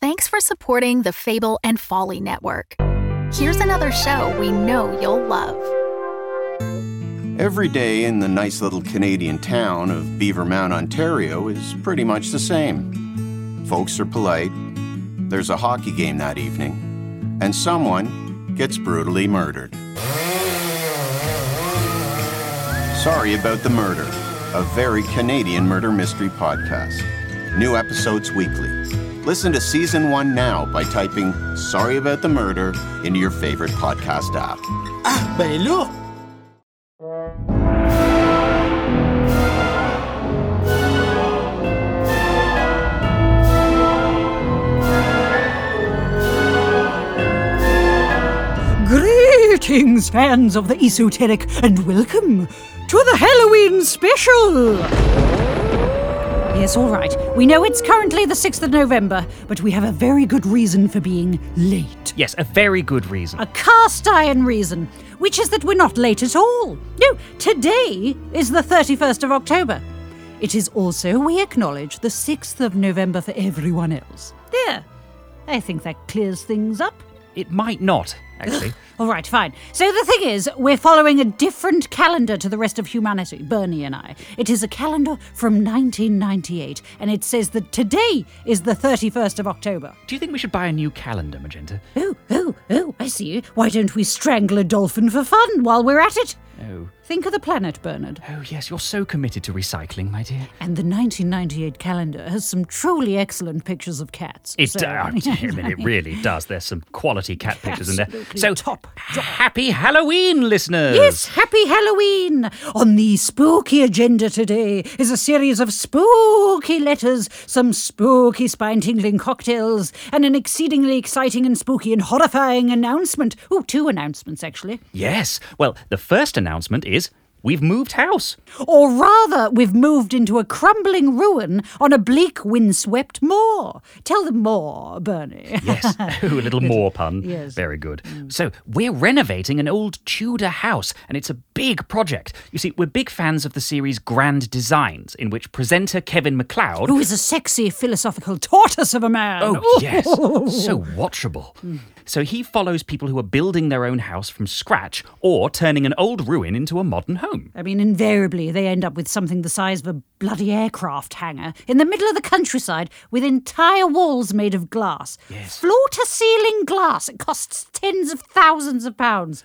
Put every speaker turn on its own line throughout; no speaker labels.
Thanks for supporting the Fable and Folly Network. Here's another show we know you'll love.
Every day in the nice little Canadian town of Beavermount, Ontario is pretty much the same. Folks are polite, there's a hockey game that evening, and someone gets brutally murdered. Sorry About the Murder, a very Canadian murder mystery podcast. New episodes weekly. Listen to season one now by typing Sorry About the Murder into your favorite podcast app.
Ben là!
Greetings, fans of the esoteric, and welcome to the Halloween special! Yes, all right. We know it's currently the 6th of November, but we have a very good reason for being late.
Yes, a very good reason.
A cast iron reason, which is that we're not late at all. No, today is the 31st of October. It is also, we acknowledge, the 6th of November for everyone else. There. I think that clears things up.
It might not, actually.
All right, fine. So the thing is, we're following a different calendar to the rest of humanity, Bernie and I. It is a calendar from 1998, and it says that today is the 31st of October.
Do you think we should buy a new calendar, Magenta?
Oh, oh, oh, I see. Why don't we strangle a dolphin for fun while we're at it?
Oh.
Think of the planet, Bernard.
Oh, yes, you're so committed to recycling, my dear.
And the 1998 calendar has some truly excellent pictures of cats.
It,
so-
uh, I mean, it really does. There's some quality cat pictures in there.
Absolutely
So,
top
happy Halloween, listeners!
Yes, happy Halloween! On the spooky agenda today is a series of spooky letters, some spooky spine tingling cocktails, and an exceedingly exciting and spooky and horrifying announcement. Oh, two announcements, actually.
Yes. Well, the first announcement is we've moved house.
Or rather, we've moved into a crumbling ruin on a bleak, windswept moor. Tell them more, Bernie.
Yes. Oh, a little more pun.
Yes.
Very good. So, we're renovating an old Tudor house, and it's a big project. You see, we're big fans of the series Grand Designs, in which presenter Kevin McLeod.
Who is a sexy, philosophical tortoise of a man?
Oh, yes. So watchable. So he follows people who are building their own house from scratch or turning an old ruin into a modern home.
I mean, invariably, they end up with something the size of a bloody aircraft hangar in the middle of the countryside with entire walls made of glass. Floor to ceiling glass. It costs tens of thousands of pounds.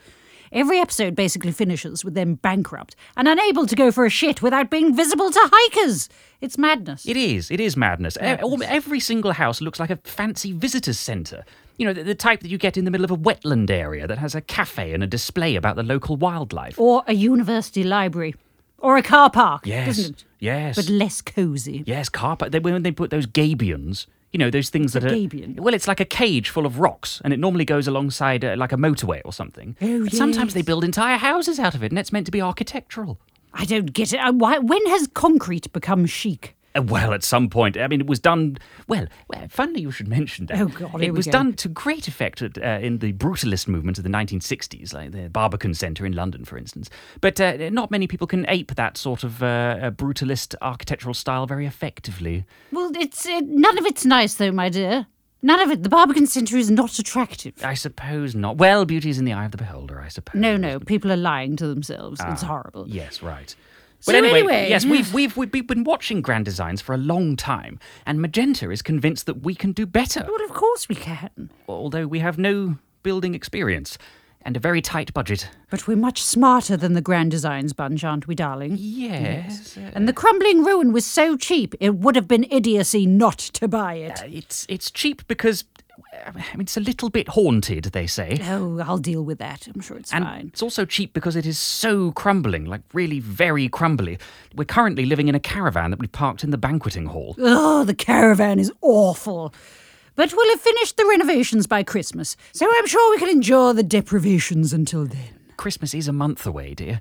Every episode basically finishes with them bankrupt and unable to go for a shit without being visible to hikers. It's madness.
It is. It is madness. E- al- Every single house looks like a fancy visitor's centre. You know, the, the type that you get in the middle of a wetland area that has a cafe and a display about the local wildlife.
or a university library. Or a car park,
yes.
isn't it?
Yes.
But less cozy.
yes, car park. They, when they put those gabions. You know those things
What's
that
a
are
gabion?
well. It's like a cage full of rocks, and it normally goes alongside uh, like a motorway or something.
Oh,
And Sometimes they
yes.
build entire houses out of it, and it's meant to be architectural.
I don't get it. Uh, Why, when has concrete become chic?
Uh, Well, at some point, I mean, it was done. Well, well funnily, you should mention that.
Oh, God, here
it
we
was
go.
done to great effect at, uh, in the brutalist movement of the 1960s, like the Barbican Centre in London, for instance. But uh, not many people can ape that sort of uh, uh, brutalist architectural style very effectively.
Well, it's uh, none of it's nice, though, my dear. None of it. The Barbican Centre is not attractive.
I suppose not. Well, beauty is in the eye of the beholder, I suppose.
No, no, people are lying to themselves. it's horrible.
Yes, right.
So
Well, anyway,
anyway-
yes, we've, we've we've been watching Grand Designs for a long time, and Magenta is convinced that we can do better.
Well, of course we can.
although we have no building experience and a very tight budget.
But we're much smarter than the Grand Designs bunch, aren't we, darling?
Yes.
And the crumbling ruin was so cheap, it would have been idiocy not to buy it.
Uh, It's it's cheap because uh, I mean it's a little bit haunted, they say.
Oh, I'll deal with that. I'm sure it's
And
fine.
it's also cheap because it is so crumbling, like really very crumbly. We're currently living in a caravan that we parked in the banqueting hall.
Oh, the caravan is awful. but we'll have finished the renovations by Christmas, so I'm sure we can endure the deprivations until then.
Christmas is a month away, dear,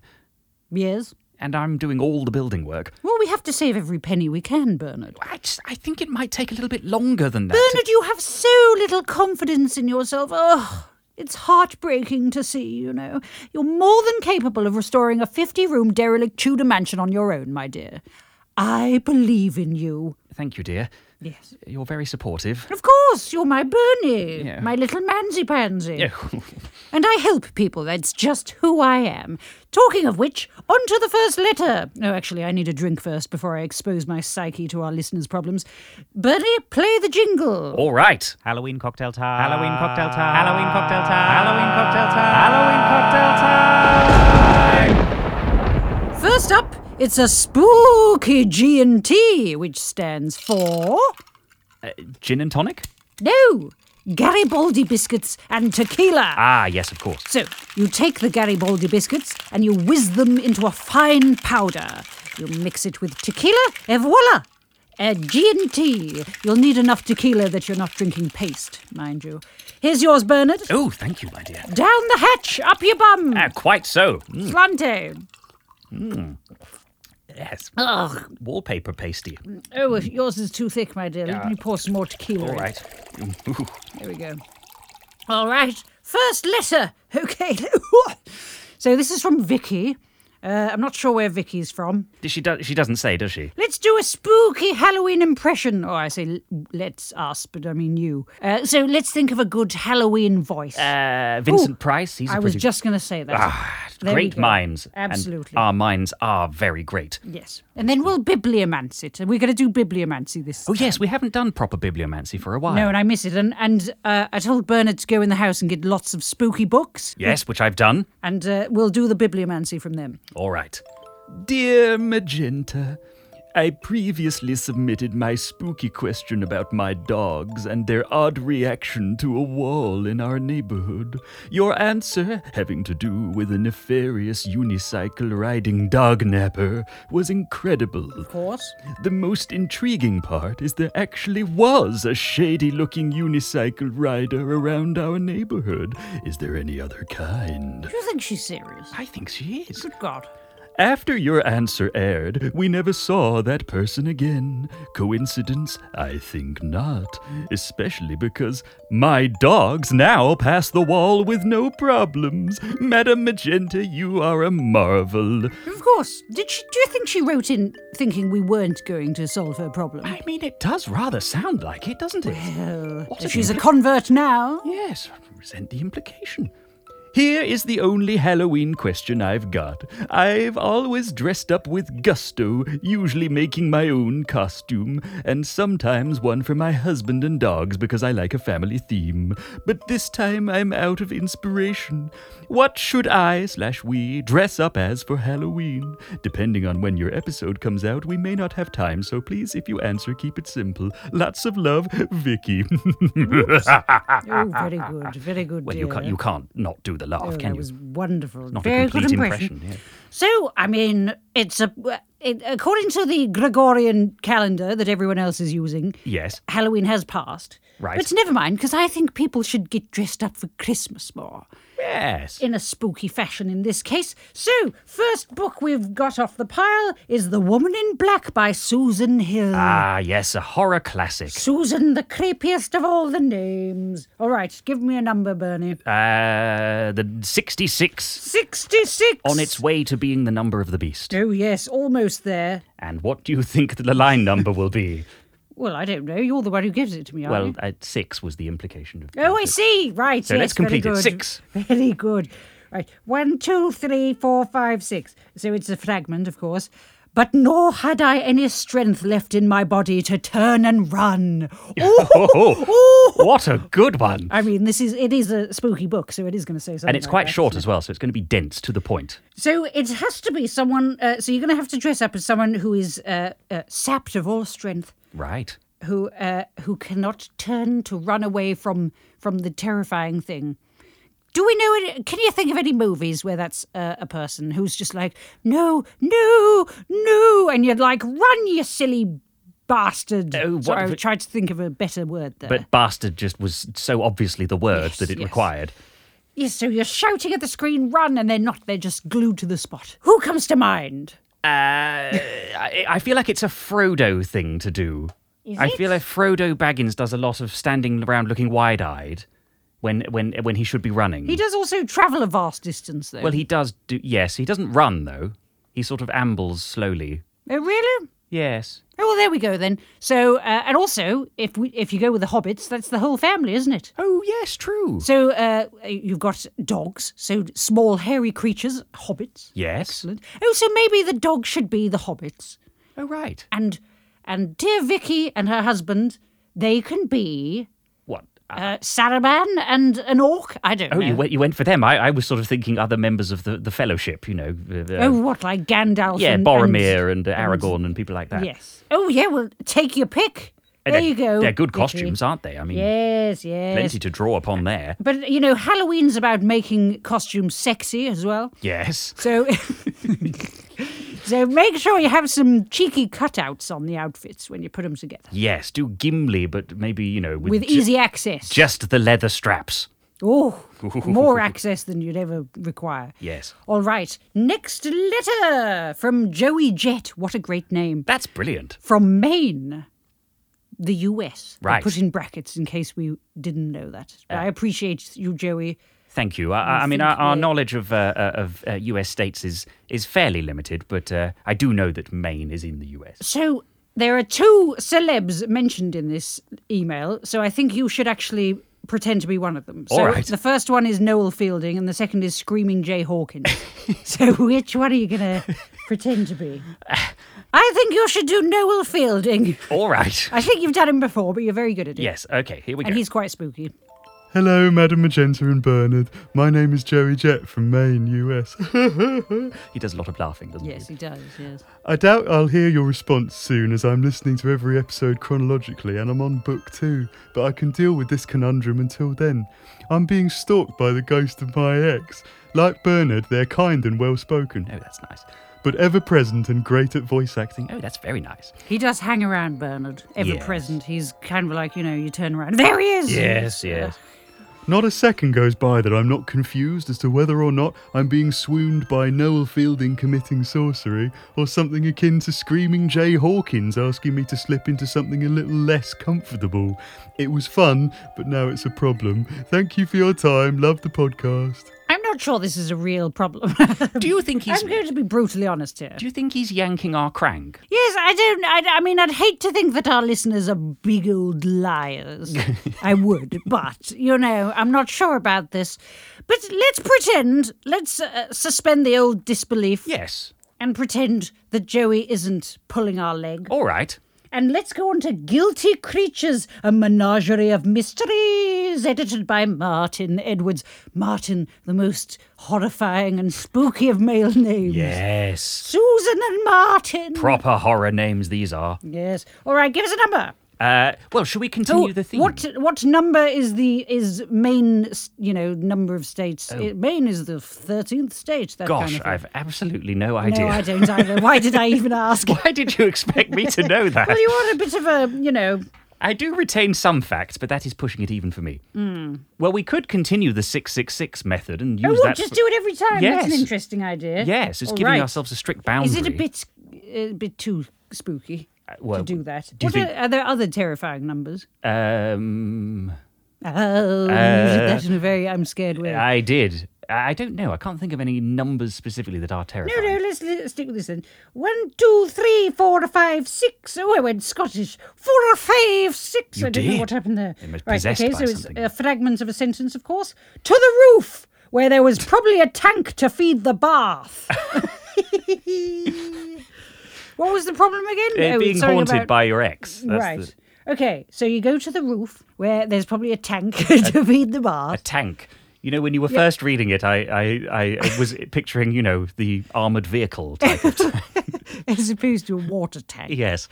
Yes?
and I'm doing all the building work.
Well, we have to save every penny we can, Bernard.
I, just, I think it might take a little bit longer than that.
Bernard, you have so little confidence in yourself. Oh, it's heartbreaking to see, you know. You're more than capable of restoring a 50 room derelict Tudor mansion on your own, my dear. I believe in you.
Thank you, dear.
Yes.
You're very supportive.
Of course, you're my Bernie,
Yeah.
my little mansy pansy. And I help people, that's just who I am. Talking of which, on to the first letter. No, actually, I need a drink first before I expose my psyche to our listeners' problems. Bernie, play the jingle.
all right.
Halloween cocktail time. Halloween cocktail time. Halloween cocktail time. Halloween cocktail time. Halloween cocktail time.
First up, it's a spooky G&T, which stands for
Uh, gin and tonic?
no Garibaldi biscuits and tequila.
Ah, yes, of course.
So you take the Garibaldi biscuits and you whiz them into a fine powder. You mix it with tequila, et voila! A G&T. You'll need enough tequila that you're not drinking paste, mind you. Here's yours, Bernard.
Oh, thank you, my dear.
Down the hatch, up your bum.
Ah, quite so. Mm,
Slante.
Yes.
Ugh.
Wallpaper pasty.
Oh, yours is too thick, my dear. Let me pour some more tequila.
All
in.
right. Ooh.
There we go. All right, first letter. Okay. so this is from Vicky. Uh, I'm not sure where Vicky's from.
Does She, do- she doesn't say, does she?
Let's do a spooky Halloween impression. Or I say, l- let's us, but I mean you. Uh, so let's think of a good Halloween voice.
Uh, Vincent
Ooh,
Price. He's a
I was
pretty-
just going to say that.
Ah,
There we
great
go.
minds. and
Absolutely.
our minds are very great.
yes. And then we'll bibliomancy it. And we're going to do bibliomancy this.
Oh, yes, we haven't done proper bibliomancy for a while.
No, and I miss it. And, and uh, I told Bernard to go in the house and get lots of spooky books.
Yes, which I've done.
And uh, we'll do the bibliomancy from them.
All right. Dear Magenta, I previously submitted my spooky question about my dogs and their odd reaction to a wall in our neighborhood. Your answer, having to do with a nefarious unicycle riding dog napper, was incredible.
Of course.
The most intriguing part is there actually was a shady looking unicycle rider around our neighborhood. Is there any other kind?
Do you think she's serious?
I think she is.
Good God.
After your answer aired, we never saw that person again. Coincidence? I think not. Especially because my dogs now pass the wall with no problems. Madam Magenta, you are a marvel.
Of course. Did she? Do you think she wrote in thinking we weren't going to solve her problem?
I mean, it does rather sound like it, doesn't it? What an
She's a convert now.
Yes, resent the implication. Here is the only Halloween question I've got. I've always dressed up with gusto, usually making my own costume, and sometimes one for my husband and dogs because I like a family theme. But this time I'm out of inspiration. What should I slash we dress up as for Halloween? Depending on when your episode comes out, we may not have time, so please, if you answer, keep it simple. Lots of love, Vicky.
Oh, very good, very good.
Well, you can't,
dear.
you can't not do the laugh,
Oh,
can
that
you?
was wonderful.
Not
very
a complete
good impression. So, I mean, it's a it, according to the Gregorian calendar that everyone else is using.
yeah. Yes.
Halloween has passed.
Right.
But never mind, because I think people should get dressed up for Christmas more.
Yes.
in a spooky fashion in this case. So, first book we've got off the pile is The Woman in Black by Susan Hill.
Ah, yes, a horror classic.
Susan, the creepiest of all the names. All right, give me a number, Bernie.
Uh, the 66
66.
on its way to being the number of the beast.
Oh, yes, almost there.
And what do you think the line number will be?
Well, I don't know. You're the one who gives it to me, aren't
well,
you?
uh, six was the implication of.
Oh, I see. Right.
So
yes,
let's complete
very
it.
good.
Six.
Very good. Right. One, two, three, four, five, six. So it's a fragment, of course. But nor had I any strength left in my body to turn and run.
Oh,
Ooh.
what a good one!
I mean, this is it is a spooky book, so it is going to say something.
And it's
like
quite
that.
short as well, so it's going to be dense to the point.
So it has to be someone. Uh, so you're going to have to dress up as someone who is uh, uh, sapped of all strength,
Right.
who uh, who cannot turn to run away from from the terrifying thing. Do we know? Any, can you think of any movies where that's uh, a person who's just like, no, no, no, and you're like, run, you silly bastard.
Oh, what-
Sorry, I tried to think of a better word there.
But bastard just was so obviously the word
Yes,
that it
yes.
required.
yes, so you're shouting at the screen, run, and they're not. They're just glued to the spot. Who comes to mind?
Uh, I, I feel like it's a Frodo thing to do. I feel like Frodo Baggins does a lot of standing around looking wide-eyed when when when he should be running.
He does also travel a vast distance, though.
Well, he does do. Yes, he doesn't run though. He sort of ambles slowly.
oh, really?
Yes.
Oh, well, there we go then. So, uh, and also, if we if you go with the hobbits, that's the whole family, isn't it?
Oh yes, true.
So uh, you've got dogs, so small hairy creatures, hobbits.
yes.
Oh, so maybe the dogs should be the hobbits,
Oh right.
and and dear Vicky and her husband, they can be
What? Uh,
uh, Saruman and an orc. I don't
oh,
know.
you went. You went for them. I, I was sort of thinking other members of the, the Fellowship. You know. the- the-
oh, what like Gandalf?
yeah,
and,
Boromir and, uh, Aragorn and, people like that.
yes. Oh yeah. Well, take your pick.
And
there
they're-
you go.
They're good
Vicky.
costumes, aren't they? I mean,
Yes. Yes.
plenty to draw upon there.
But you know, Halloween's about making costumes sexy as well.
Yes.
So, so make sure you have some cheeky cutouts on the outfits when you put them together
Yes. Do Gimli, but maybe you know with,
with
ju-
easy access.
just the leather straps.
oh, more access than you'd ever require.
Yes.
All right, next letter from Joey Jett. What a great name.
That's brilliant.
From Maine, the US. I
Right. Uh.
put in brackets in case we didn't know that. I appreciate you, Joey.
Thank you. I, I- I mean, our, our knowledge of uh, uh, of uh, U.S. states is is fairly limited, but uh, I do know that Maine is in the U.S.
So there are two celebs mentioned in this email, so I think you should actually pretend to be one of them. So
All right.
the first one is Noel Fielding and the second is Screaming Jay Hawkins. so which one are you going to pretend to be? I think you should do Noel Fielding.
All right.
I think you've done him before, but you're very good at it.
Yes. Okay. Here we go.
And he's quite spooky.
Hello, Madam Magenta and Bernard. My name is Joey Jett from Maine, US.
He does a lot of laughing, doesn't
Yes, he does. Yes.
I doubt I'll hear your response soon as I'm listening to every episode chronologically and I'm on book two, but I can deal with this conundrum until then. I'm being stalked by the ghost of my ex. Like Bernard, they're kind and well spoken,
he? Oh, that's nice.
but ever present and great at voice acting.
Oh, that's very nice.
He does hang around Bernard, ever
Yes.
present. He's kind of like, you know, you turn around. There he Uh-huh. is.
Yes.
Not a second goes by that I'm not confused as to whether or not I'm being swooned by Noel Fielding committing sorcery, or something akin to Screaming Jay Hawkins asking me to slip into something a little less comfortable. It was fun, but now it's a problem. Thank you for your time. Love the podcast.
I'm not sure this is a real problem.
Do you think he's?
I'm going to be brutally honest here.
Do you think he's yanking our crank?
Yes, I don't. I, I mean, I'd hate to think that our listeners are big old liars. I would, but you know, I'm not sure about this. But let's pretend. Let's uh, suspend the old disbelief
Yes.
and pretend that Joey isn't pulling our leg.
All right.
And let's go on to Guilty Creatures, a menagerie of mysteries, edited by Martin Edwards. Martin, the most horrifying and spooky of male names.
Yes.
Susan and Martin.
Proper horror names these are.
yes. All right, give us a number.
Uh, well, shall we continue
Oh,
the theme?
What what number is the is Maine? s- You know, number of states. Uh, Maine is the thirteenth state. That
Oh. Gosh,
kind of
I've absolutely no
thing.
idea.
no, I don't either. Why did I even ask?
Why did you expect me to know that?
Well, you are a bit of a you know.
I do retain some facts, but that is pushing it even for me. Well, we could continue the 666 method and use
Hmm. Oh, we'll
that.
just
for-
do it every time. That's
Yes.
an interesting idea.
Yes, it's
All
giving
right.
ourselves a strict boundary.
Is
Uh,
it a bit uh, a bit too spooky
well,
to do that?
do you
what
think-
are, are there other terrifying numbers?
Um,
Oh, you
Uh,
did that in a very I'm scared way.
I did. I I don't know. I can't think of any numbers specifically that are
No,
terrifying.
no, let's, let's stick with this then. One, two, three, four, five, six. Oh, I went Scottish. Four, five, six.
You
I don't know
did.
what happened there.
It was
right,
possessed
okay,
by
so
something.
it's a fragment of a sentence, of course. To the roof, where there was probably a tank to feed the bath. what was the problem again?
Uh,
Oh,
being
sorry
haunted
about-
by your ex. That's
right.
the-
Okay, so you go to the roof, where there's probably a tank to feed the
a
bath.
tank. You know, when you were first reading it, I, I, I was picturing, you know, the armoured vehicle type of
as opposed to a water tank.
Yes.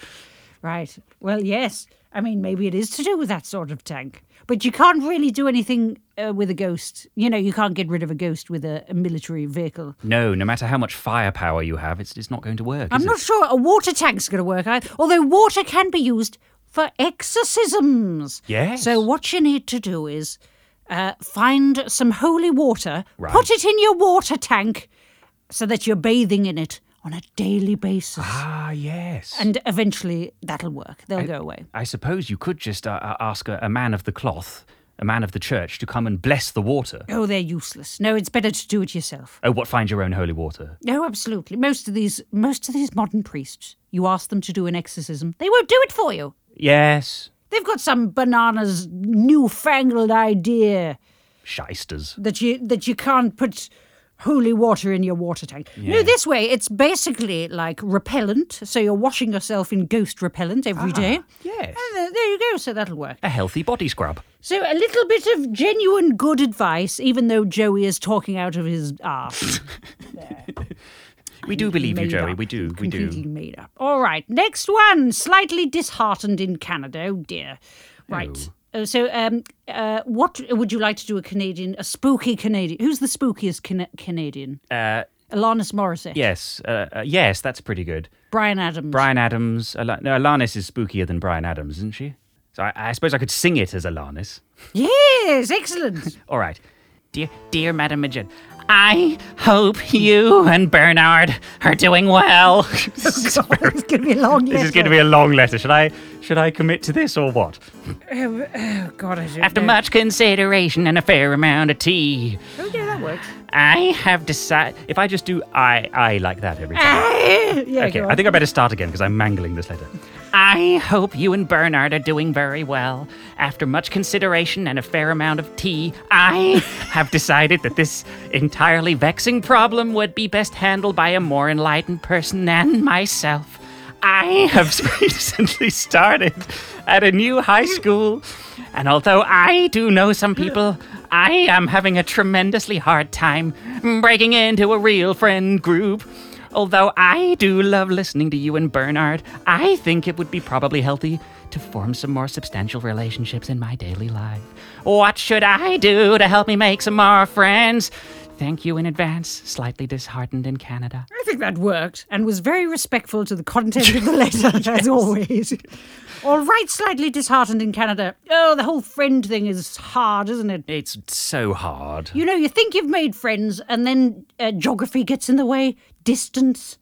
Right. Well, yes. I mean, maybe it is to do with that sort of tank. But you can't really do anything uh, with a ghost. You know, you can't get rid of a ghost with a, a military vehicle.
No, no matter how much firepower you have, it's, it's not going to work.
I'm
is
not
it?
sure a water tank's going to work either, although water can be used for exorcisms.
Yes.
So what you need to do is uh, find some holy water,
Right.
put it in your water tank so that you're bathing in it on a daily basis.
Ah, yes.
And eventually that'll work. They'll go away.
I suppose you could just uh, uh, ask a, a man of the cloth, a man of the church, to come and bless the water.
Oh, they're useless. No, it's better to do it yourself.
Oh, what? Find your own holy water.
No, absolutely. Most of these most of these modern priests, you ask them to do an exorcism, they won't do it for you.
Yes.
They've got some bananas newfangled idea
Shysters.
that you that you can't put holy water in your water tank. No, this way it's basically like repellent, so you're washing yourself in ghost repellent every day.
Yes.
And there- there you go, so that'll work.
A healthy body scrub.
So a little bit of genuine good advice, even though Joey is talking out of his arse.
We do believe you,
Made
Joey.
up.
We do. We
Completely
do.
made up. All right, next one. Slightly disheartened in Canada. Oh dear. Right. Uh, so, um, uh, what would you like to do? A Canadian, a spooky Canadian. Who's the spookiest Cana- Canadian?
Uh,
Alanis Morissette.
yes. Uh, uh, yes, that's pretty good.
Brian Adams.
Brian Adams. Al- no, Alanis is spookier than Brian Adams, isn't she? So I, I suppose I could sing it as Alanis.
Yes, excellent.
All right. Dear, dear Madam Midget, I hope you and Bernard are doing well. this
it's going to be a long.
is going to be a long letter. Should I should I commit to this or what?
Oh God, I don't
After
know.
much consideration and a fair amount of tea,
Oh yeah, that works.
I have decided. If I just do I I like that every time.
yeah,
Okay,
go
I
on.
think I better start again because I'm mangling this letter. I hope you and Bernard are doing very well. After much consideration and a fair amount of tea, I have decided that this entirely vexing problem would be best handled by a more enlightened person than myself. I have recently started at a new high school, and although I do know some people, I am having a tremendously hard time breaking into a real friend group. Although I do love listening to you and Bernard, I think it would be probably healthy to form some more substantial relationships in my daily life. What should I do to help me make some more friends? Thank you in advance, slightly disheartened in Canada.
I think that worked and was very respectful to the content of the letter, as always. All right, slightly disheartened in Canada. Oh, the whole friend thing is hard, isn't it?
It's so hard.
You know, you think you've made friends, and then uh, geography gets in the way, distance,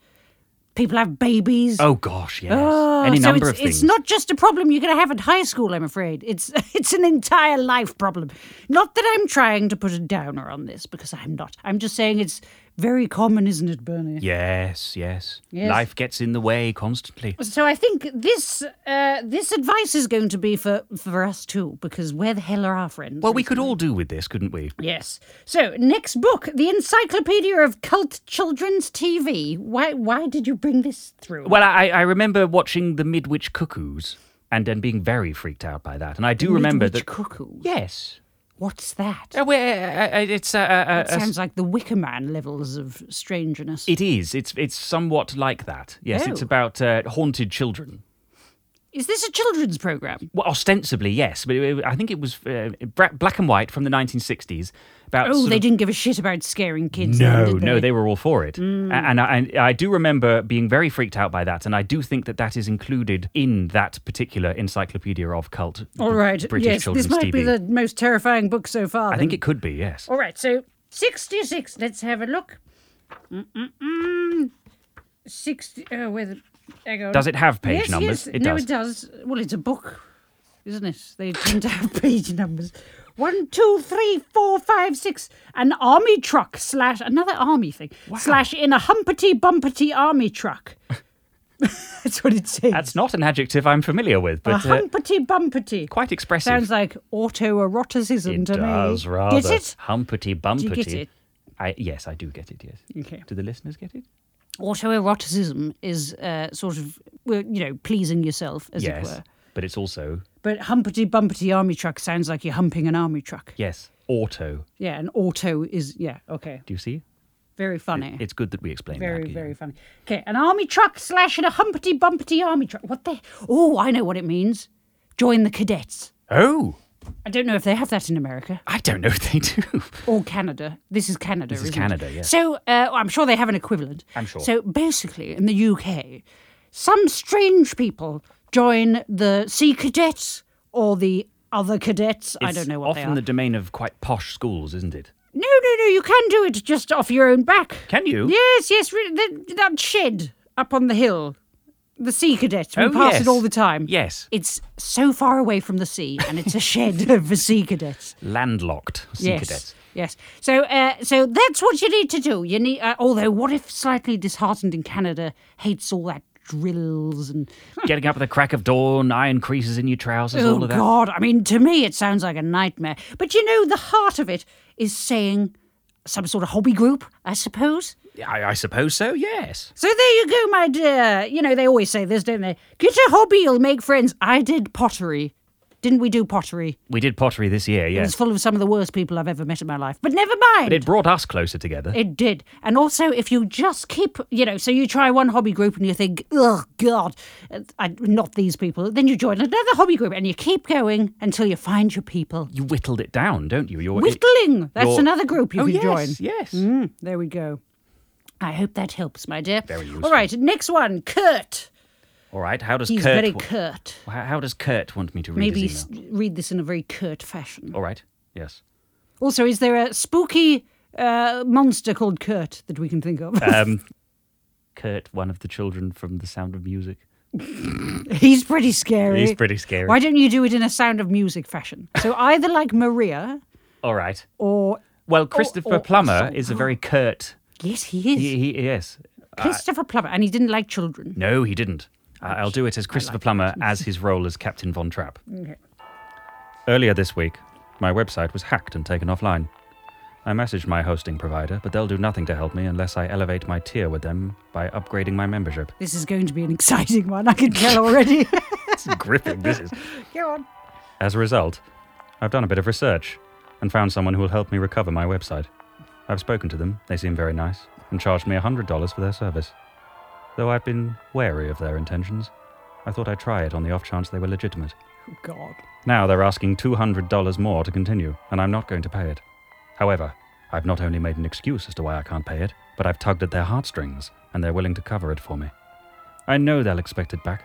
people have babies.
Oh gosh, yes.
Oh,
Any
so
number
it's,
of things.
It's not just a problem you're going to have at high school, I'm afraid. It's it's an entire life problem. Not that I'm trying to put a downer on this, because I'm not. I'm just saying it's very common, isn't it, Bernie?
yes, yes,
Yes.
Life gets in the way constantly.
So I think this uh, this advice is going to be for for us too, because where the hell are our friends?
Well, we could all do with this, couldn't we?
yes. So next book, the Encyclopedia of Cult Children's TV. Why why did you bring this through?
Well, I, I remember watching The Midwich Cuckoos and then being very freaked out by that. And I do remember
Midwich
that.
Cuckoos?
Yes.
What's that?
Uh, well, uh, uh, it's uh, uh, uh,
Sounds like the Wicker Man levels of strangeness.
it is. It's it's somewhat like that. Yes, it's
Oh.
about uh, haunted children.
Is this a children's program?
Well, ostensibly yes, but it, I think it was uh, bra- black and white from the 1960s. About
Oh,
sort
they
of-
didn't give a shit about scaring kids.
No,
then, did
no, they were all for it,
Mm.
A- and I, and I do remember being very freaked out by that, and I do think that that is included in that particular encyclopedia of cult.
All
Br-
right.
British
yes,
children's
this might
TV.
be the most terrifying book so far.
I think it could be yes.
All right, so 66. Let's have a look. Mm-mm-mm. 60. Oh, where the. Hang on.
Does it have page
yes, Yes.
numbers? It
no,
does.
it does. Well, it's a book, isn't it? They tend to have page numbers. One, two, three, four, five, six. An army truck slash another army thing slash in a humpety bumpety army truck. That's what it says.
That's not an adjective I'm familiar with,
a
but uh,
humpety bumpety.
quite expressive.
Sounds like autoeroticism
It
to me.
does rather.
Get it?
Humpety bumpety.
get it?
I, yes, I do get it. Yes.
Okay.
Do the listeners get it?
autoeroticism is uh, sort of well, you know pleasing yourself as it
yes.
were
But it's also
but humpety bumpety army truck sounds like you're humping an army truck
yes, auto.
yeah and auto is yeah okay
Do you see?
very funny
It's good that we explain
very
that. yeah.
very funny okay an army truck slash and a humpety bumpety army truck what the oh i know what it means join the cadets
Oh,
I don't know if they have that in America
I don't know if they do.
or Canada. This is Canada.
This is
isn't it?
Canada, yes.
So uh, I'm sure they have an equivalent.
I'm sure.
So basically, in the UK, some strange people join the Sea Cadets or the other cadets. I
It's
don't know what
often
they are.
the domain of quite posh schools, isn't it?
No, no, no. You can do it just off your own back.
Can you?
Yes, yes. Really, that, that shed up on the hill, the sea cadets. We
Oh,
pass
yes.
it all the time.
Yes.
It's so far away from the sea, and it's a shed for sea cadets.
Landlocked sea
yes.
cadets.
Yes. So, uh, so that's what you need to do. You need. Uh, although, what if slightly disheartened in Canada hates all that drills and
Getting up at the crack of dawn, iron creases in your trousers,
oh
all of that.
god i mean to me it sounds like a nightmare but you know the heart of it is saying some sort of hobby group i suppose
I, I suppose so, yes.
So there you go, my dear. You know, they always say this, don't they? Get a hobby, you'll make friends. I did pottery. Didn't we do pottery?
We did pottery this year,
It
yes.
was full of some of the worst people I've ever met in my life. But never
But
mind.
it brought us closer together.
It did. And also, if you just keep, you know, so you try one hobby group and you think, oh, God, I, not these people. Then you join another hobby group and you keep going until you find your people.
you whittled it down, don't you? You're, it-
Whittling. That's
you're-
another group you
oh,
can
yes,
join.
Yes.
Mm, there we go. I hope that helps, my dear.
Very
All right, next one, Kurt.
All right. How does
He's
Kurt?
very
wa-
curt.
how, how does Kurt want me to read
Maybe
his
s-
email? Oh.
read this in a very curt fashion.
All right. Yes.
Also, is there a spooky uh, monster called Kurt that we can think of?
Um, Kurt, one of the children from The Sound of Music.
he's pretty scary.
He's pretty scary.
Why don't you do it in a sound of music fashion? So either like Maria
All right.
or
Well, Christopher
or
Plummer
Ethel.
is a very curt.
yes, he is
He, uh, he, yes.
Christopher Plummer, and he didn't like children.
No, he didn't. I I'll do it as Christopher Plummer as his role as Captain Von Trapp. Earlier this week, my website was hacked and taken offline. I messaged my hosting provider, but they'll do nothing to help me unless I elevate my tier with them by upgrading my membership.
This is going to be an exciting one. I can tell already.
It's gripping, this is.
Go on.
As a result, I've done a bit of research and found someone who will help me recover my website. I've spoken to them, they seem very nice, and charged me $100 for their service. Though I've been wary of their intentions, I thought I'd try it on the off chance they were legitimate.
Oh God.
Now they're asking $200 more to continue, and I'm not going to pay it. However, I've not only made an excuse as to why I can't pay it, but I've tugged at their heartstrings, and they're willing to cover it for me. I know they'll expect it back,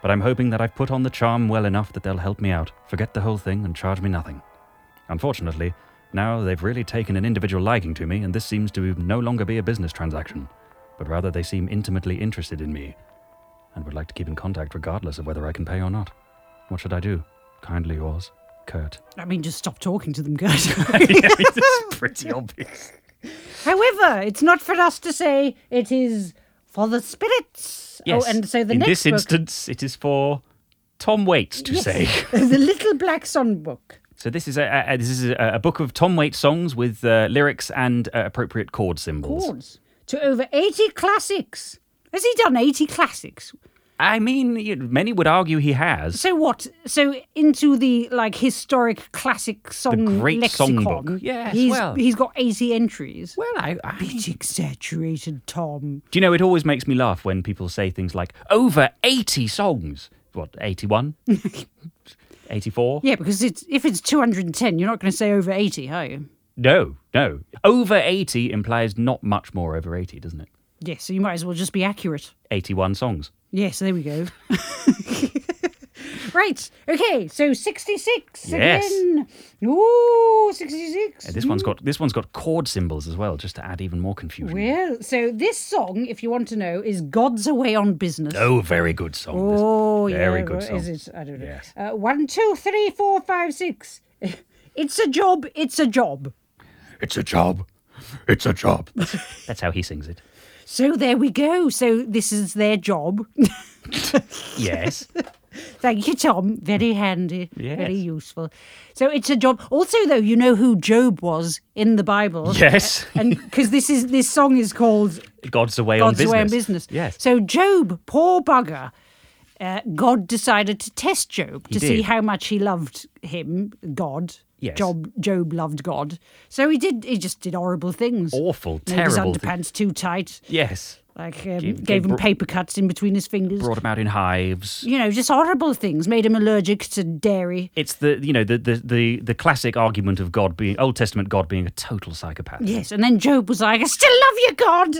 but I'm hoping that I've put on the charm well enough that they'll help me out, forget the whole thing, and charge me nothing. Unfortunately, now they've really taken an individual liking to me, and this seems to no longer be a business transaction, but rather they seem intimately interested in me, and would like to keep in contact regardless of whether I can pay or not. What should I do? Kindly yours, Kurt.
I mean, just stop talking to them, Kurt.
it's pretty obvious.
Oh, However, it's not for us to say. It is for the spirits.
Yes.
Oh, and so the
in
next
this
book,
instance, it is for Tom Waits to say.
the Little Black Songbook.
So this is a, a this is a, a book of Tom Waits songs with uh, lyrics and uh, appropriate chord symbols.
Chords to over 80 classics. Has he done 80 classics?
I mean, you- many would argue he has.
So what? So into the like historic classic song
great
lexicon.
songbook. Yes,
he's,
well.
he's got 80 entries.
well, I, I
Bit exaggerated, Tom.
do you know it always makes me laugh when people say things like over eighty songs. What eighty one? Eighty four?
Yeah, because it's, if it's 210, you're not going to say over 80, are you?
No, no. Over eighty implies not much more over eighty, doesn't it?
Yes, so you might as well just be accurate.
Eighty one songs.
Yes, there we go. right. Okay, so 66
Yes.
again. Ooh, 66.
Uh, This one's got this one's got chord symbols as well, just to add even more confusion.
Well, so this song, if you want to know, is God's Away on Business.
Oh, very good song. this.
Oh,
very
yeah.
good
what
song.
Is it? I don't know.
Yes.
Uh, one, two, three, four, five, six. It's a job. It's a job.
It's a job. It's a job. That's how he sings it.
So there we go. So this is their job.
Yes.
Thank you, Tom. Very handy. Very
Yes.
useful. So it's a job. Also, though, you know who Job was in the Bible.
yes.
and because this is this song is called
God's away on
God's
business.
Way in Business.
Yes.
So Job, poor bugger, uh, God decided to test Job
He
to see
did.
how much he loved him, God.
Yes.
Job, Job loved God. So he did. He just did horrible things.
Awful,
Made his
terrible thi-
underpants too tight.
Yes.
Like um,
Gave-
gave,
gave
him
bro-
paper cuts in between his fingers.
Brought them out in hives.
You know, just horrible things. Made him allergic to dairy.
It's the you know the, the the the classic argument of God being Old Testament God being a total psychopath.
Yes, and then Job was like, "I still love you,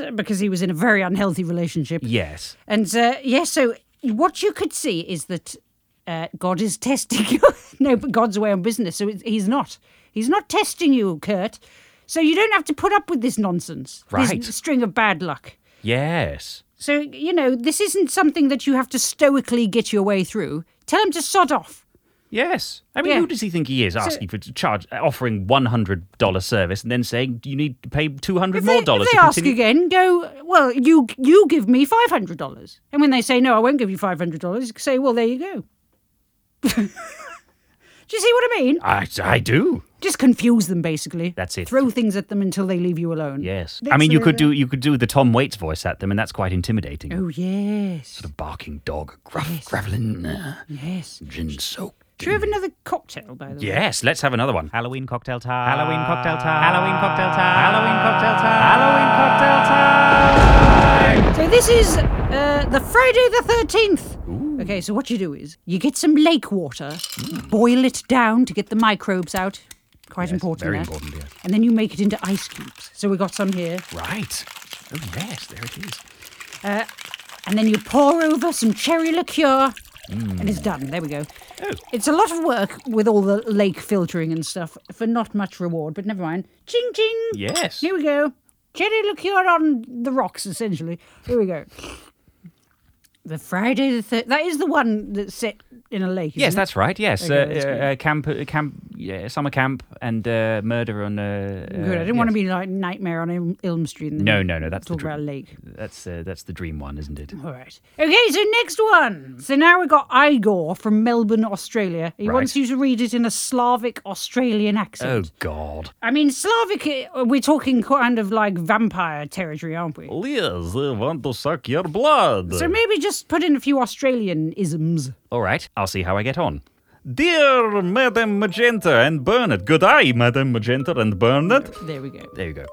God," because he was in a very unhealthy relationship.
Yes.
And uh, yeah, so what you could see is that uh, God is testing you. no, but God's away on business, so it's- he's not. He's not testing you, Kurt. So you don't have to put up with this nonsense.
Right.
This string of bad luck.
Yes.
So, you know, this isn't something that you have to stoically get your way through. Tell him to sod off.
Yes. I mean,
Yeah.
who does he think he is asking for charge, offering one hundred dollar service, and then saying you need to pay two hundred
If
more
they,
dollars
if they
to
ask
continue?
again, go, well, you you give me $500. And when they say, no, I won't give you $500, you say, well, there you go. Do you see what I mean?
I, I do.
Just confuse them, basically.
That's it.
Throw things at them until they leave you alone.
Yes. I
That's
mean, you
a-
could do you could do the Tom Waits voice at them, and that's quite intimidating.
Oh yes,
The barking dog, gruff, graveling, uh,
yes.
gin soaked.
Should we have another cocktail, by the way?
Yes, let's have another one.
Halloween cocktail time. Halloween cocktail time. Halloween cocktail time. Halloween cocktail time. Halloween cocktail time.
So this is uh, the Friday the thirteenth. Okay, so what you do is you get some lake water,
Hmm.
boil it down to get the microbes out. Quite important.
very
that.
important, yeah.
And then you make it into ice cubes. So we got some here,
Right. Oh yes, there it is.
and then you pour over some cherry liqueur, and it's done. There we go.
Hmm. Oh.
It's a lot of work with all the lake filtering and stuff for not much reward, but never mind. Ching ching.
Yes.
Here we go. Cherry liqueur on the rocks, essentially. Here we go. The Friday the third. That is the one that's set in a lake. isn't
Yes,
it?
that's right. Yes,
Okay, that's
uh,
good.
uh, uh, camp, uh, camp, yeah, summer camp, and uh, murder on. Uh, uh,
good. I didn't want to be like Nightmare on Elm, Elm Street. And then
No, no, no, that's the
talk about a
dream.
lake.
That's uh, that's the dream one, isn't it?
All right. Okay, so next one. So now we've got Igor from Melbourne, Australia. He
Right.
wants you to read it in a Slavic Australian accent.
Oh God!
I mean, Slavic, uh, we're talking kind of like vampire territory, aren't we?
Liz, I want to suck your blood.
So maybe just put in a few Australian isms.
All right, I'll see how I get on. Dear Madame Magenta and Bernard, good eye, Madame Magenta and Bernard.
There we go.
There you go.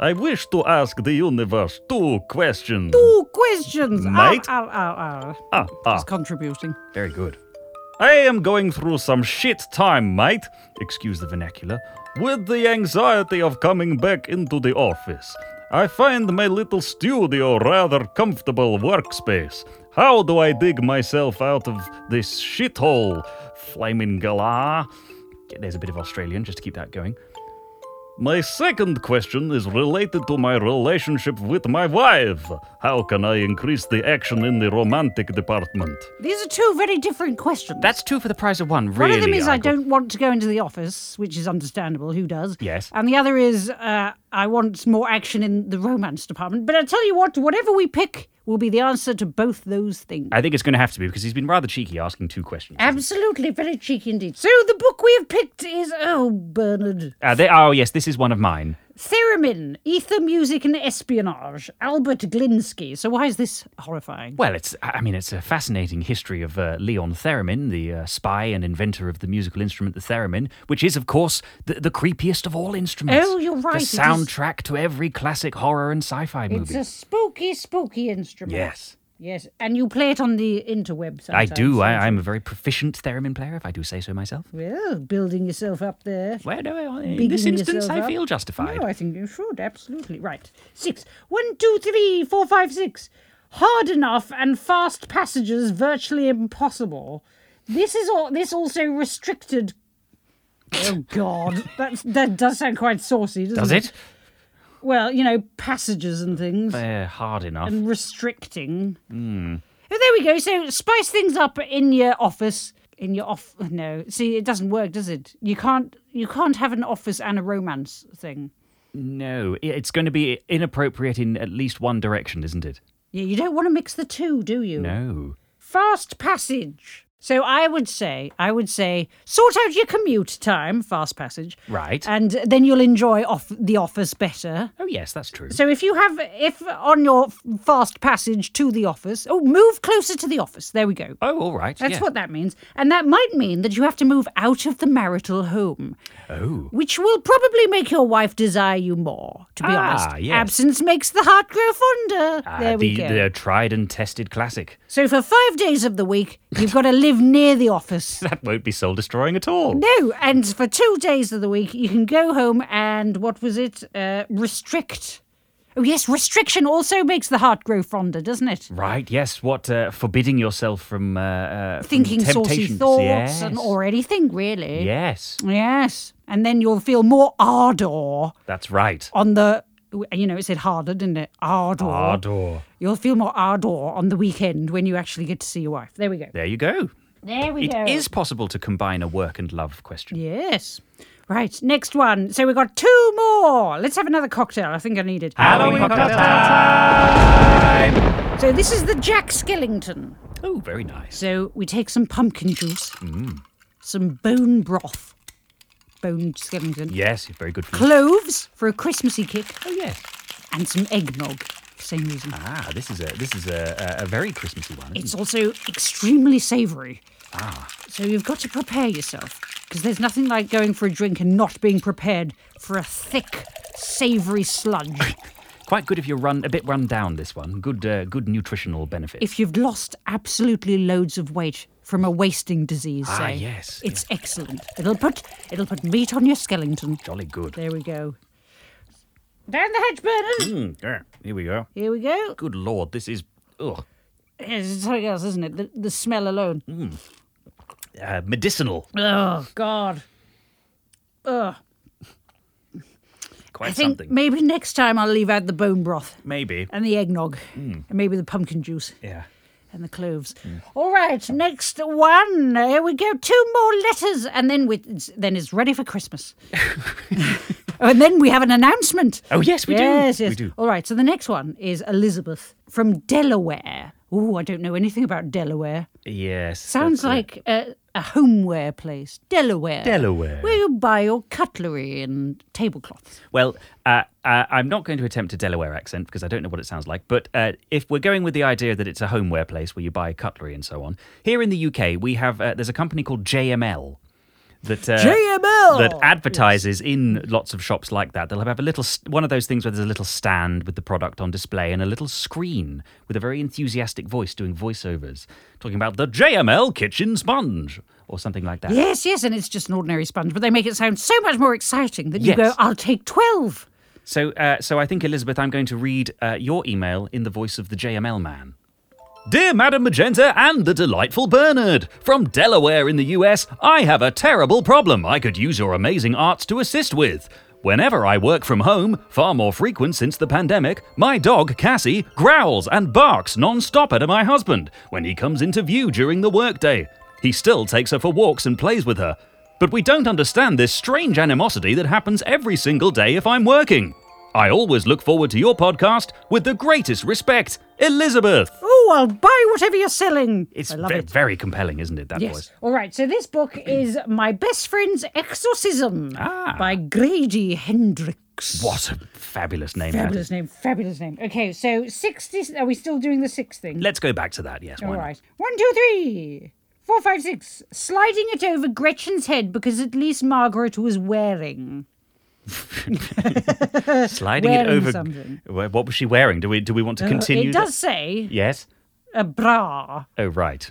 I wish to ask the universe two questions.
Two questions. Ah,
Mate.
Ow, ow, ow, ow.
Ah, ah.
It's contributing.
Very good. I am going through some shit time, mate. Excuse the vernacular. With the anxiety of coming back into the office. I find my little studio rather comfortable workspace. How do I dig myself out of this shithole? Flaming galah. There's a bit of Australian just to keep that going. My second question is related to my relationship with my wife. How can I increase the action in the romantic department?
These are two very different questions.
That's two for the price of one,
one
really.
of them is I
Igor.
don't want to go into the office, which is understandable. Who does?
Yes.
And the other is uh, I want more action in the romance department. But I tell you what, whatever we pick will be the answer to both those things.
I think it's going to have to be because he's been rather cheeky asking two questions.
Absolutely, very cheeky indeed. So the book we have picked is oh Bernard
Uh, they, oh, yes, this is one of mine.
Theremin, Ether Music and Espionage, Albert Glinsky. So why is this horrifying?
Well, it's, I mean, it's a fascinating history of uh, Leon Theremin, the uh, spy and inventor of the musical instrument, the theremin, which is, of course, the, the creepiest of all instruments.
Oh, you're right, it
The
is-
soundtrack to every classic horror and sci fi
It's
movie.
a spooky, spooky instrument.
yes.
Yes, and you play it on the interweb.
I
Sometimes,
do.
so-
I, I'm a very proficient theremin player, if I do say so myself.
Well, building yourself up there.
Well, no, uh, in
bigging
this instance,
yourself
I
up.
feel justified.
No, I think you should absolutely. Right, six. One, two, three, four, five, six. Hard enough and fast passages virtually impossible. This is all. This also restricted. Oh God, that that does sound quite saucy, doesn't
Does it?
Well, you know, passages and things.
Uh, hard enough.
and restricting. Oh, there we go. So spice things up in your office. In your off, no. See, it doesn't work, does it? You can't. You can't have an office and a romance thing.
No, i- it's going to be inappropriate in at least one direction, isn't it?
Yeah, you don't want to mix the two, do you?
No.
Fast passage. So I would say, I would say, sort out your commute time, fast passage.
Right.
And then you'll enjoy off the office better.
Oh, yes, that's true.
So if you have, if on your f- fast passage to the office, oh, move closer to the office. There we go.
oh, all right.
That's
yeah.
what that means. And that might mean that you have to move out of the marital home.
Oh.
Which will probably make your wife desire you more, to be
Ah,
honest.
yes. Absence
Absence makes the heart grow fonder.
Ah,
there we
the,
go.
the tried and tested classic.
So for five days of the week, you've got to live near the office.
That won't be soul destroying at all.
No, and for two days of the week, you can go home and what was it? Uh, restrict. Oh, yes, restriction also makes the heart grow fonder, doesn't it?
Right, yes. What, uh, forbidding yourself from uh, uh, from
Thinking saucy
temptations.
thoughts
yes.
and, or anything, really.
Yes,
Yes. And then you'll feel more ardor
that's right.
on the. You know, it said harder, didn't it? Ardor.
Ardor.
You'll feel more ardor on the weekend when you actually get to see your wife. There we go.
There you go.
There we
It
go.
is possible to combine a work and love question.
Yes. Right, next one. So we've got two more. Let's have another cocktail. I think I need it.
Halloween cocktail time.
So this is the Jack Skellington.
Oh, very nice.
So we take some pumpkin juice,
Mm.
some bone broth, bone Skellington,
Yes, very good for you.
cloves for a Christmassy kick,
Oh, yes.
and some eggnog. Same reason.
Ah, this is a this is a, a, a very Christmassy one.
It's also extremely savoury. Ah. So you've got to prepare yourself because there's nothing like going for a drink and not being prepared for a thick, savoury sludge.
Quite good if you're run a bit run down. This one, good uh, good nutritional benefit.
if you've lost absolutely loads of weight from a wasting disease,
Ah,
say,
yes,
it's excellent. It'll put it'll put meat on your skeleton.
Jolly good.
There we go. Down the hedge burners.
Mm, yeah, here we go.
Here we go.
Good lord, this is ugh,
It's something else, isn't it? The, the smell alone.
Mm. uh, medicinal.
Oh God.
Quite
I think Uh,
something.
maybe next time I'll leave out the bone broth
Maybe.
and the eggnog
Mm.
and maybe the pumpkin juice
Yeah.
and the cloves.
Mm.
All right, next one. Here we go. Two more letters, and then we then it's ready for Christmas. Oh, and then we have an announcement.
Oh yes, we
yes,
do.
Yes,
We do.
All right, so the next one is Elizabeth from Delaware. Oh, I don't know anything about Delaware.
Yes.
Sounds
that's it.
like a, a homeware place. Delaware.
Delaware.
Where you buy your cutlery and tablecloths.
Well, uh, uh, I'm not going to attempt a Delaware accent because I don't know what it sounds like. But uh, if we're going with the idea that it's a homeware place where you buy cutlery and so on, here in the UK we have uh, there's a company called JML. That, uh,
JML!
that advertises in lots of shops like that. They'll have a little s- one of those things where there's a little stand with the product on display and a little screen with a very enthusiastic voice doing voiceovers, talking about the JML kitchen sponge or something like that.
Yes, yes, and it's just an ordinary sponge, but they make it sound so much more exciting that you
Yes.
go, I'll take 12.
So, uh, so I think Elizabeth, I'm going to read uh, your email in the voice of the JML man. Dear Madam Magenta and the delightful Bernard, from Delaware in the US, I have a terrible problem I could use your amazing arts to assist with. Whenever I work from home, far more frequent since the pandemic, my dog, Cassie, growls and barks non stop at my husband when he comes into view during the workday. He still takes her for walks and plays with her. But we don't understand this strange animosity that happens every single day if I'm working. I always look forward to your podcast with the greatest respect, Elizabeth.
Oh, I'll buy whatever you're selling.
It's
I love
ve-
it.
very compelling, isn't it? That
Yes.
voice.
All right. So this book is My Best Friend's Exorcism
Ah.
by Grady Hendrix.
What a fabulous name that
Fabulous
is.
name. Fabulous name. Okay. So 60. Are we still doing the six thing?
Let's go back to that. Yes, why
All
not?
right. One, two, three. Four, five, six. Sliding it over Gretchen's head because at least Margaret was wearing.
Sliding it
Wearing
over.
something.
Wh- What was she wearing? Do we do we want to continue?
Uh, it
that-
does say
Yes.
a bra.
Oh right.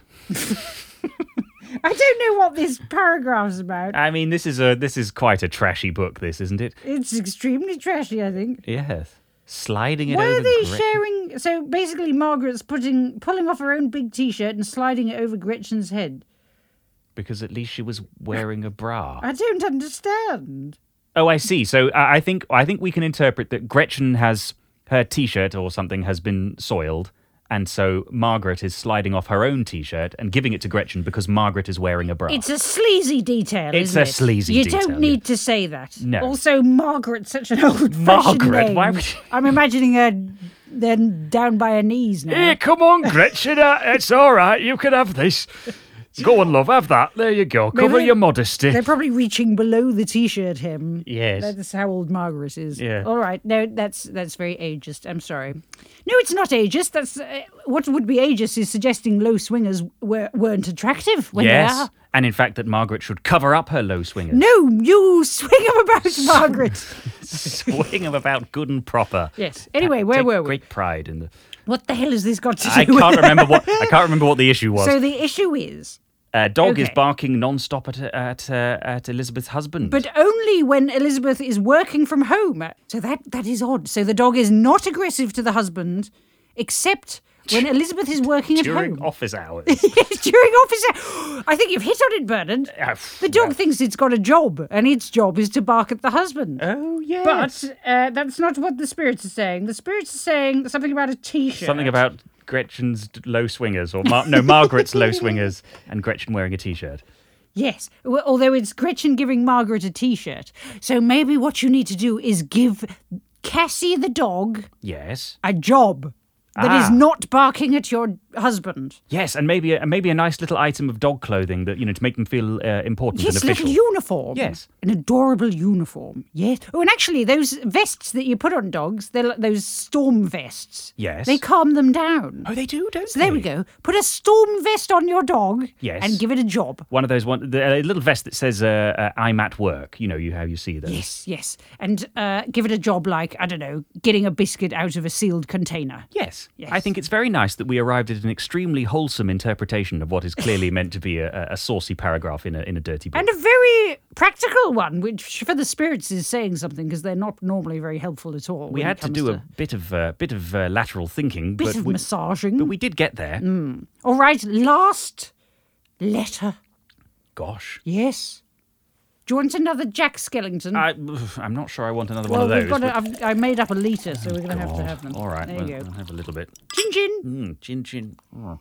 I don't know what this paragraph's about.
I mean, this is a this is quite a trashy book. This isn't it?
It's extremely trashy, I think.
Yes. Sliding it
Why
over.
are they
Gre-
sharing? So basically, Margaret's putting pulling off her own big T-shirt and sliding it over Gretchen's head.
Because at least she was wearing a bra.
I don't understand.
Oh, I see. So I I think I think we can interpret that Gretchen has her T-shirt or something has been soiled, and so Margaret is sliding off her own T-shirt and giving it to Gretchen because Margaret is wearing a bra.
It's a sleazy detail.
It's
isn't
a
it?
sleazy
You
detail,
don't need to say that.
No.
Also, Margaret's such an old
Margaret,
Name.
why would you-
I'm imagining her then down by her knees now.
Uh, come on, Gretchen. it's all right. You can have this. Go on, love, have that. There you go.
Maybe
Cover
they-
your modesty.
They're probably reaching below the t-shirt hem.
Yes.
That's how old Margaret is.
Yeah.
All right. No, that's that's very ageist. I'm sorry. No, it's not ageist. That's uh, what would be ageist is suggesting low swingers were, weren't attractive when they
yes.
are.
And in fact, that Margaret should cover up her low swingers.
No, you swing 'em about, Margaret.
Swing them about good and proper.
Yes. Anyway, where
Take
were we?
Great pride in the.
What the hell has this got to do
I
with
can't remember what I can't remember what the issue was.
So the issue is,
uh, dog is
okay.
barking non-stop at at, uh, at Elizabeth's husband.
but only when Elizabeth is working from home. So that that is odd. So the dog is not aggressive to the husband, except when Elizabeth is working at
during
home.
office hours.
Yes, during office hours. I think you've hit on it, Bernard.
Uh,
The dog
well.
thinks it's got a job, and its job is to bark at the husband.
oh yeah.
But uh, that's not what the spirits are saying. The spirits are saying something about a t-shirt.
something about Gretchen's d- low swingers or Mar- no Margaret's low swingers and Gretchen wearing a t-shirt.
Yes, w- although it's Gretchen giving Margaret a t shirt. So maybe what you need to do is give Cassie the dog
Yes.
a job that is
Ah.
not barking at your husband.
Yes, and maybe a, and maybe a nice little item of dog clothing that you know to make them feel uh, important
Yes,
and official.
little uniform.
Yes.
An adorable uniform. Yes. Oh, and actually, those vests that you put on dogs, they're like those storm vests.
Yes.
They calm them down.
oh, they do, don't
so there we
they?
go. Put a storm vest on your dog
Yes.
and give it a job.
One of those one the, a little vest that says uh, uh, "I'm at work." You know, you how you see those.
Yes, yes. And uh, give it a job like, I don't know, getting a biscuit out of a sealed container.
Yes.
Yes.
I think it's very nice that we arrived at an extremely wholesome interpretation of what is clearly meant to be a, a- a saucy paragraph in a, in a dirty book.
And a very practical one, which for the spirits is saying something because they're not normally very helpful at all. when
we
it
had to
comes
do a bit of uh, bit of uh, lateral thinking,
bit
but,
of
we,
massaging. Mm.
but we did get there.
All right, last letter.
Gosh,
Yes. Do you want another Jack Skellington?
I, I'm not sure I want another
well,
Uh, one of
we've
those.
got.
but-
To, I've, I made up a litre, so we're going to have to
God.
have them.
All right,
there
well,
you go.
I'll have a little bit.
Chin chin.
Mm, chin chin. Oh.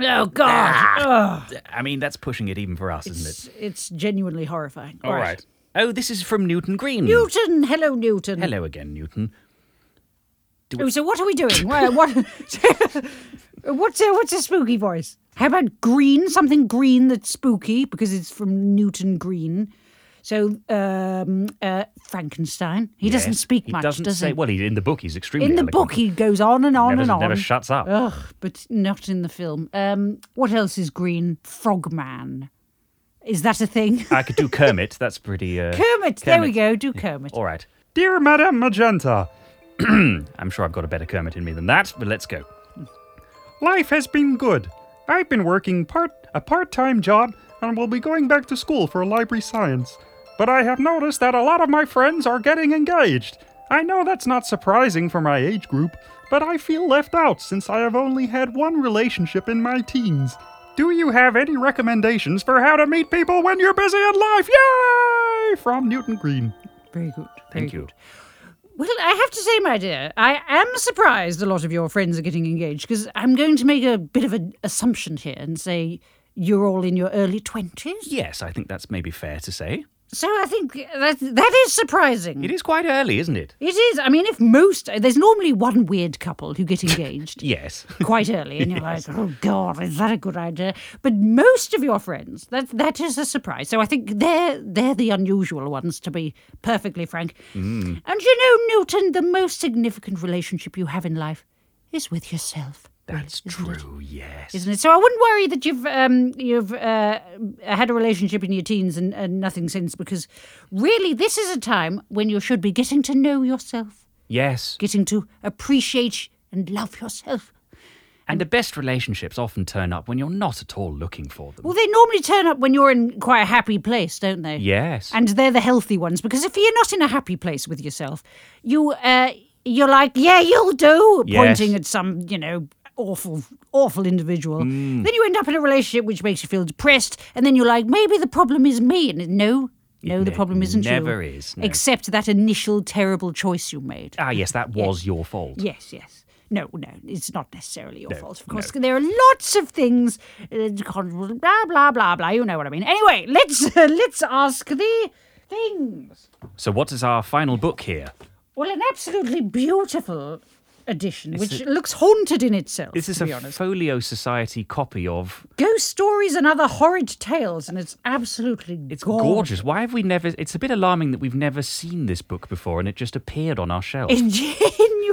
Oh God,
I mean, that's pushing it even for us, isn't Ah, it?
it's, it's genuinely horrifying.
All right. Oh, this is from Newton Green.
Newton, hello Newton.
Hello again, Newton.
Oh, so what are we doing? Wha- what? what's a, what's a spooky voice? How about green? Something green that's spooky because it's from Newton Green. So um, uh, Frankenstein. He doesn't
Yes,
speak
he
much,
Doesn't
does
say.
he?
Well, he, in the book, he's extremely.
in the
eloquent.
book, he goes on and on
never,
and on.
never shuts up.
Ugh, but not in the film. Um, what else is green? Frogman. Is that a thing?
I could do Kermit. That's pretty. Uh,
Kermit. There we go. Do Kermit.
All right.
Dear Madame Magenta,
I'm sure I've got a better Kermit in me than that, but let's go.
life has been good. I've been working part a part-time job and will be going back to school for library science. But I have noticed that a lot of my friends are getting engaged. I know that's not surprising for my age group, but I feel left out since I have only had one relationship in my teens. Do you have any recommendations for how to meet people when you're busy in life? Yay! From Newton Green.
Very good. Very
Thank you.
good. Well, I have to say, my dear, I am surprised a lot of your friends are getting engaged because I'm going to make a bit of an assumption here and say you're all in your early 20s.
Yes, I think that's maybe fair to say.
So I think that that is surprising.
It is quite early, isn't it?
It is. I mean, if most, there's normally one weird couple who get engaged
Yes.
quite early, and you're like, oh God, is that a good idea? But most of your friends, that that is a surprise. So I think they're they're the unusual ones, to be perfectly frank.
Mm.
And you know, Newton, the most significant relationship you have in life is with yourself.
That's
Isn't it?
true, yes.
Isn't it? So I wouldn't worry that you've um, you've uh, had a relationship in your teens and, and nothing since, because really this is a time when you should be getting to know yourself,
Yes.
getting to appreciate and love yourself.
And the best relationships often turn up when you're not at all looking for them.
Well, they normally turn up when you're in quite a happy place, don't they?
yes.
And they're the healthy ones because if you're not in a happy place with yourself, you uh, you're like, yeah, you'll do,
Yes.
pointing at some, you know, awful, awful individual.
Mm.
Then you end up in a relationship which makes you feel depressed, and then you're like, maybe the problem is me, and it- no. No, the
ne-
problem isn't you.
never is, no.
Except that initial terrible choice you made.
ah, yes, that was your fault.
Yes, yes. No, no, it's not necessarily your fault, of course. There are lots of things, uh, con- blah blah blah blah. You know what I mean. Anyway, let's uh, let's ask the things.
So, what is our final book here?
Well, an absolutely beautiful edition,
It's
which
a-
looks haunted in itself.
This is
to
a
be honest.
Folio Society copy of.
Ghost stories and other horrid tales, and it's absolutely
It's gorgeous. Why have we never? It's a bit alarming that we've never seen this book before, and it just appeared on our shelves.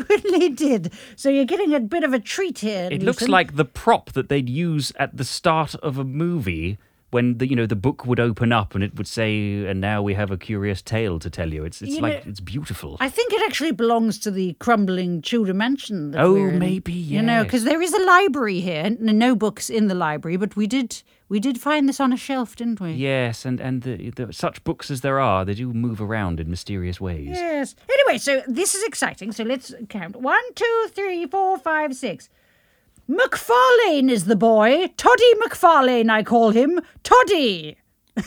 It genuinely did. So you're getting a bit of a treat here.
It looks
Newton.
like the prop that they'd use at the start of a movie when the you know the book would open up and it would say, "And now we have a curious tale to tell you." It's it's
You
like
know,
it's beautiful.
I think it actually belongs to the crumbling Tudor mansion. That
Oh,
we're in.
maybe,
You know,
yes.
because there is a library here, and no books in the library, but we did we did find this on a shelf, didn't we?
yes, and and the, the, such books as there are, they do move around in mysterious ways.
Yes. Anyway, so this is exciting. So let's count. One, two, three, four, five, six. McFarlane is the boy. Toddy McFarlane, I call him. Toddy.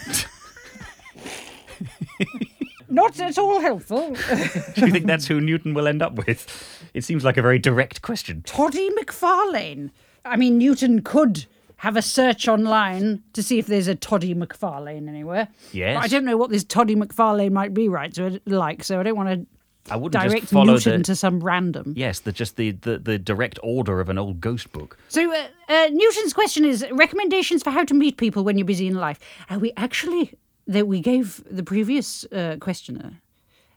Not at all helpful.
Do you think that's who Newton will end up with? It seems like a very direct question.
Toddy McFarlane. I mean, Newton could have a search online to see if there's a Toddy McFarlane anywhere.
Yes.
But I don't know what this Toddy McFarlane might be, right? So I- like, so I don't want
I
to
wouldn't just
direct
follow
Newton
the
to some random.
yes, the just the, the the direct order of an old ghost book.
So uh, uh, Newton's question is recommendations for how to meet people when you're busy in life. Uh, we actually that we gave the previous uh, questioner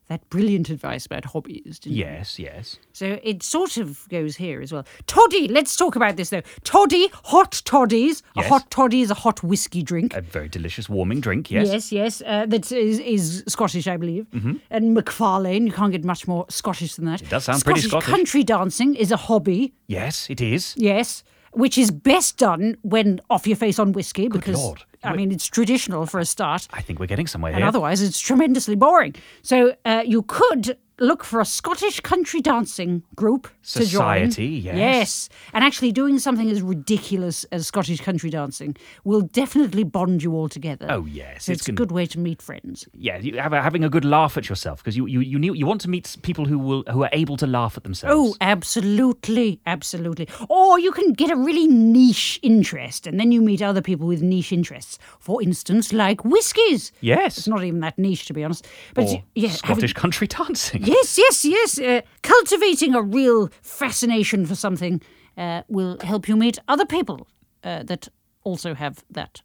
that brilliant advice about hobbies. Didn't we?
Yes, yes.
So it sort of goes here as well. Toddy. Let's talk about this though. Toddy, hot toddies. A
Yes.
hot toddy is a hot whiskey drink.
A very delicious warming drink. Yes. Mm-hmm.
Yes, yes. Uh, that is, is Scottish, I believe. And McFarlane, you can't get much more Scottish than that. It
does sound pretty Scottish.
Country dancing is a hobby.
Yes, it is.
Yes, which is best done when off your face on whiskey because
Lord.
I mean it's traditional for a start,
I think we're getting somewhere
and
here.
otherwise it's tremendously boring. So uh, you could look for a Scottish country dancing group
Society,
to
yes.
join. yes, and actually doing something as ridiculous as Scottish country dancing will definitely bond you all together.
Oh yes,
So it's, a
gonna-
good way to meet friends.
Yeah, you have a, having a good laugh at yourself because you you you, need, you want to meet people who will who are able to laugh at
Oh,
themselves.
absolutely, absolutely. Or you can get a really niche interest and then you meet other people with niche interests. For instance, like whiskies. It's
yes,
not even that niche, to be honest. But
or
y- yeah, having-
Scottish country dancing.
yes, yes, yes. Uh, cultivating a real fascination for something uh, will help you meet other people uh, that also have that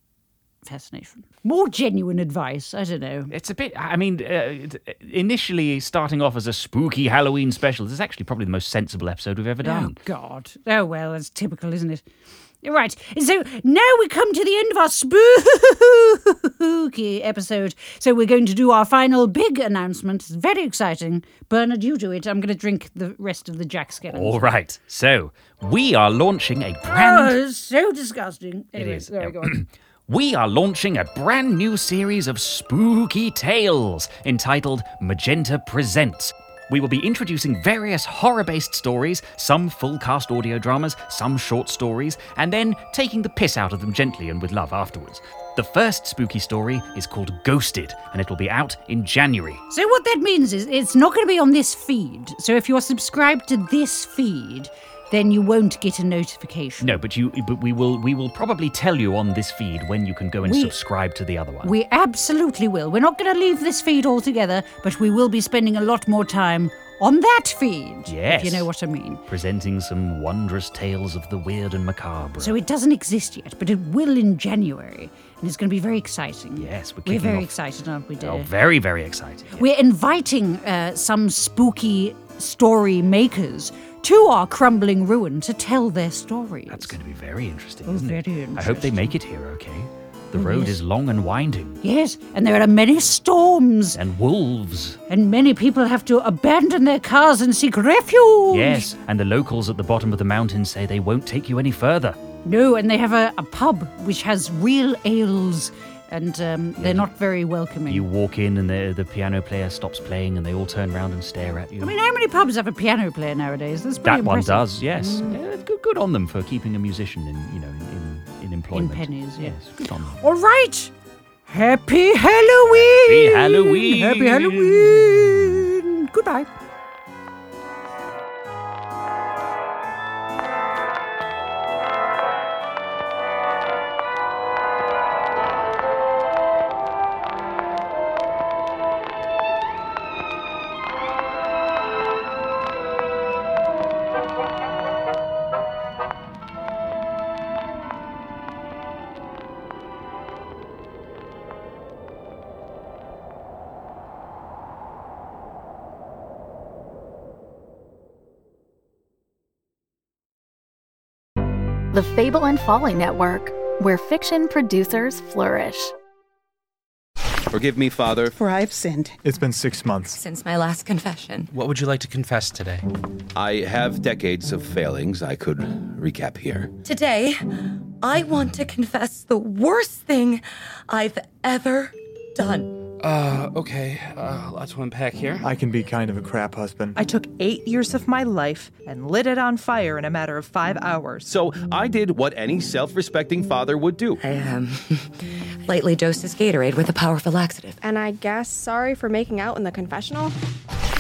fascination. More genuine advice. I don't know.
It's a bit. I mean, uh, it- initially starting off as a spooky Halloween special, this is actually probably the most sensible episode we've ever
Oh,
done.
God. Oh, well, that's typical, isn't it? Right. So now we come to the end of our spooky episode. So we're going to do our final big announcement. It's very exciting. Bernard, you do it. I'm going to drink the rest of the Jack Skellington.
All right, so we are launching a brand.
Oh, it's so disgusting. Anyway,
is,
There
yeah.
we go. on.
We are launching a brand new series of spooky tales entitled Magenta Presents. We will be introducing various horror based stories, some full cast audio dramas, some short stories, and then taking the piss out of them gently and with love afterwards. The first spooky story is called Ghosted, and it will be out in January.
So what that means is it's not going to be on this feed. So if you're subscribed to this feed, then you won't get a notification.
No, but you but we will we will probably tell you on this feed when you can go and
We-
subscribe to the other one.
We absolutely will. We're not going to leave this feed altogether, but we will be spending a lot more time on that feed.
Yes.
If you know what I mean.
presenting some wondrous tales of the weird and macabre.
So it doesn't exist yet, but it will in January, and it's going to be very exciting.
Yes, we're
we're
kicking
very
off-
excited, aren't we, dear?
Oh, very, very exciting.
We're inviting uh, some spooky story makers to our crumbling ruin to tell their stories.
That's going to be very interesting,
Oh,
isn't it?
very
I hope they
interesting. Oh,
make it here, okay? The road is long and winding,
Yes, and there are many storms,
and wolves.
and many people have to abandon their cars and seek refuge.
Yes, and the locals at the bottom of the mountain say they won't take you any further.
No, and they have a, a pub which has real ales, and um, they're not very welcoming.
You walk in, and the, the piano player stops playing, and they all turn round and stare at you.
I mean, how many pubs have a piano player nowadays? That's
that
pretty
one
impressive. Mm.
does, yes. Yeah, good, good on them for keeping a musician in, you know, in, in employment.
pennies, yeah.
yes. Good on them.
All right. Happy Halloween.
Happy Halloween.
Happy Halloween. Goodbye.
the Fable and Folly Network, where fiction producers flourish.
Forgive me, Father.
For I've sinned.
It's been six months.
Since my last confession.
What would you like to confess today?
I have decades of failings I could recap here.
Today, I want to confess the worst thing I've ever done.
Uh, okay. Uh, lots to unpack here.
I can be kind of a crap husband.
I took eight years of my life and lit it on fire in a matter of five hours.
So I did what any self respecting father would do.
I, um, lightly dosed his Gatorade with a powerful laxative.
And I guess sorry for making out in the confessional?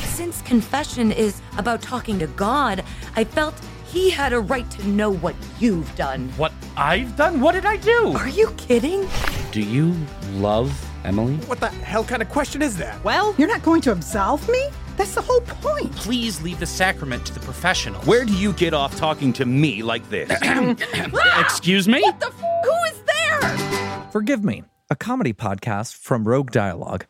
Since confession is about talking to God, I felt he had a right to know what you've done.
What I've done? What did I do?
Are you kidding?
Do you love Emily?
What the hell kind of question is that?
Well, you're not going to absolve me? That's the whole point.
Please leave the sacrament to the professional.
Where do you get off talking to me like this?
Excuse me?
What the f- Who is there?
Forgive me. A comedy podcast from Rogue Dialogue